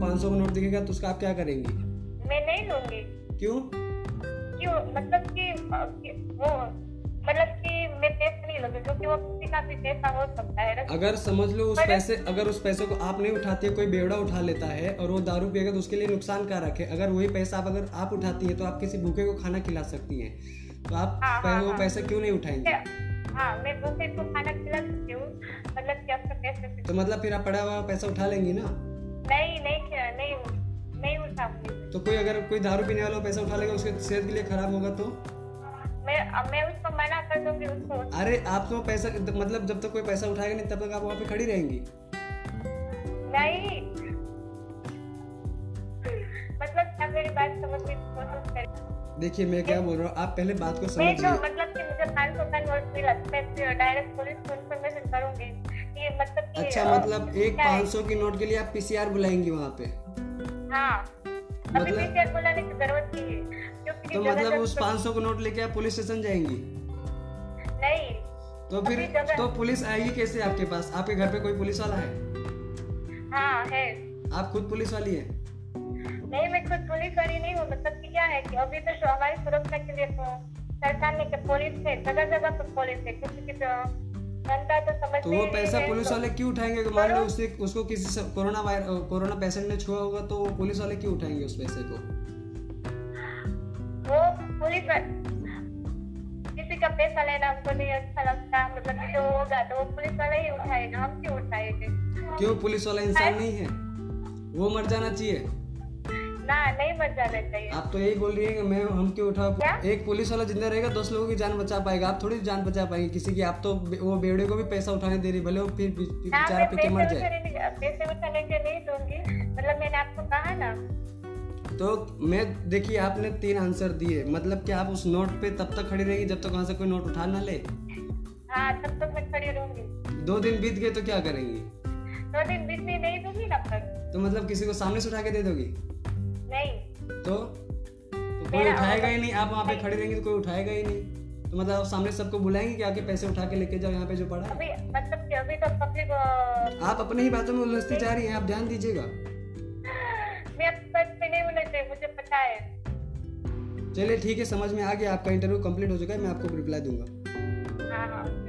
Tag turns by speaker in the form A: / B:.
A: पाँच सौ का नोट दिखेगा तो उसका आप क्या करेंगी
B: मैं नहीं लूंगी
A: क्यों
B: क्यों मतलब कि अ, कि वो मतलब कि मैं पैसा नहीं लूंगी क्योंकि वो किसी का भी पैसा हो सकता है रख-
A: अगर समझ लो उस
B: पर-
A: पैसे अगर उस पैसे को आप नहीं उठाते कोई बेवड़ा उठा लेता है और वो दारू पिएगा तो उसके लिए नुकसान का रखे अगर वही पैसा आप अगर आप उठाती हैं तो आप किसी भूखे को खाना खिला सकती हैं तो आप
B: हाँ,
A: पै-
B: हाँ,
A: वो
B: हाँ।
A: पैसा क्यों नहीं उठाएंगे
B: मैं- हाँ मैं दूसरे को खाना खिला सकती हूँ मतलब कि आपके पैसे से
A: तो मतलब फिर आप पड़ा हुआ पैसा उठा लेंगी ना
B: नहीं नहीं खिला- नहीं नहीं उठाऊंगी
A: तो कोई अगर कोई दारू पीने वाला पैसा उठा लेगा उसके सेहत के लिए खराब होगा तो
B: मैं अब मैं उसको मना कर दूंगी उसको
A: अरे आप तो पैसा मतलब जब तक कोई पैसा उठाएगा नहीं तब तक आप वहाँ पे खड़ी रहेंगी
B: नहीं मतलब क्या मेरी बात समझने की कोशिश करें
A: देखिए मैं क्या बोल रहा हूँ आप पहले बात को
B: मैं तो
A: समझिए
B: मतलब कि मुझे पाँच सौ का नोट मिला तो मैं डायरेक्ट पुलिस को इन्फॉर्मेशन करूंगी ये मतलब कि
A: अच्छा
B: अ,
A: मतलब एक
B: क्या है?
A: 500 की नोट के लिए आप पीसीआर बुलाएंगी वहाँ पे
B: हाँ अभी
A: मतलब-
B: पीसीआर बुलाने की जरूरत नहीं है क्योंकि
A: तो
B: जगह
A: मतलब
B: तक
A: उस
B: तो-
A: 500 को नोट लेके आप पुलिस स्टेशन जाएंगी
B: नहीं
A: तो फिर
B: अपनी जगह-
A: तो पुलिस आएगी कैसे आपके पास आपके घर पे कोई पुलिस वाला है
B: हाँ है
A: आप खुद पुलिस वाली है
B: नहीं मैं खुद पुलिस वाली नहीं हूँ मतलब कि क्या है कि अभी तो जो हमारी सुरक्षा के लिए तो सरकार ने कि पुलिस है जगह जगह पर पुलिस है क्योंकि तो जनता तो समझ
A: तो
B: नहीं
A: वो
B: रही
A: पैसा
B: है
A: पुलिस
B: तो-
A: वाले क्यों उठाएंगे अगर मान लो
B: करो।
A: उसने उसको किसी से कोरोना वायरस कोरोना पेशेंट ने छुआ होगा तो वो पुलिस वाले क्यों उठाएंगे उस पैसे को
B: वो पुलिस वाल- किसी का पैसा लेना हमको नहीं अच्छा लगता मतलब कि जो होगा तो वो पुलिस वाला ही उठाएगा हम क्यों उठाएंगे
A: क्यों पुलिस वाला इंसान नहीं है वो मर जाना चाहिए
B: ना नहीं मर जाना चाहिए
A: आप तो यही बोल रही है कि मैं हम क्यों
B: क्या?
A: उठाओ एक पुलिस वाला जिंदा रहेगा दस लोगों की जान बचा पाएगा आप थोड़ी जान बचा पाएंगे किसी की आप तो बे- वो बेवड़े को भी पैसा उठाने दे रही भले वो फिर बे-
B: ना
A: बेचारा
B: मैं
A: पी के
B: पैसे
A: मर जाए
B: उठाने के- पैसे उठाने के नहीं दूंगी मतलब मैंने आपको कहा ना
A: तो मैं देखिए आपने तीन आंसर दिए मतलब कि आप उस नोट पे तब तक खड़ी रहेगी जब तक वहां से कोई नोट उठा ना ले
B: हाँ तब तक मैं खड़ी रहूंगी
A: दो दिन बीत गए तो क्या करेंगी
B: दो दिन बीतने नहीं दूंगी ना पर
A: तो मतलब किसी को सामने से उठा के दे दोगी
B: नहीं
A: तो, तो कोई
B: मेरा
A: उठाएगा ही
B: ऑर्डर-
A: नहीं आप वहाँ पे खड़े रहेंगे तो कोई उठाएगा ही नहीं तो मतलब आप सामने सबको बुलाएंगे कि आके पैसे उठा के लेके जाओ यहाँ पे जो पड़ा है
B: अभी मतलब कि अभी तो पब्लिक
A: आप अपनी ही बातों में उलझती जा रही हैं आप ध्यान दीजिएगा
B: मैं एक्सपर्ट पे नहीं होना चाहिए मुझे पता है
A: चलिए ठीक है समझ में आ गया आपका इंटरव्यू कंप्लीट हो चुका है मैं आपको रिप्लाई दूंगा
B: हाँ हाँ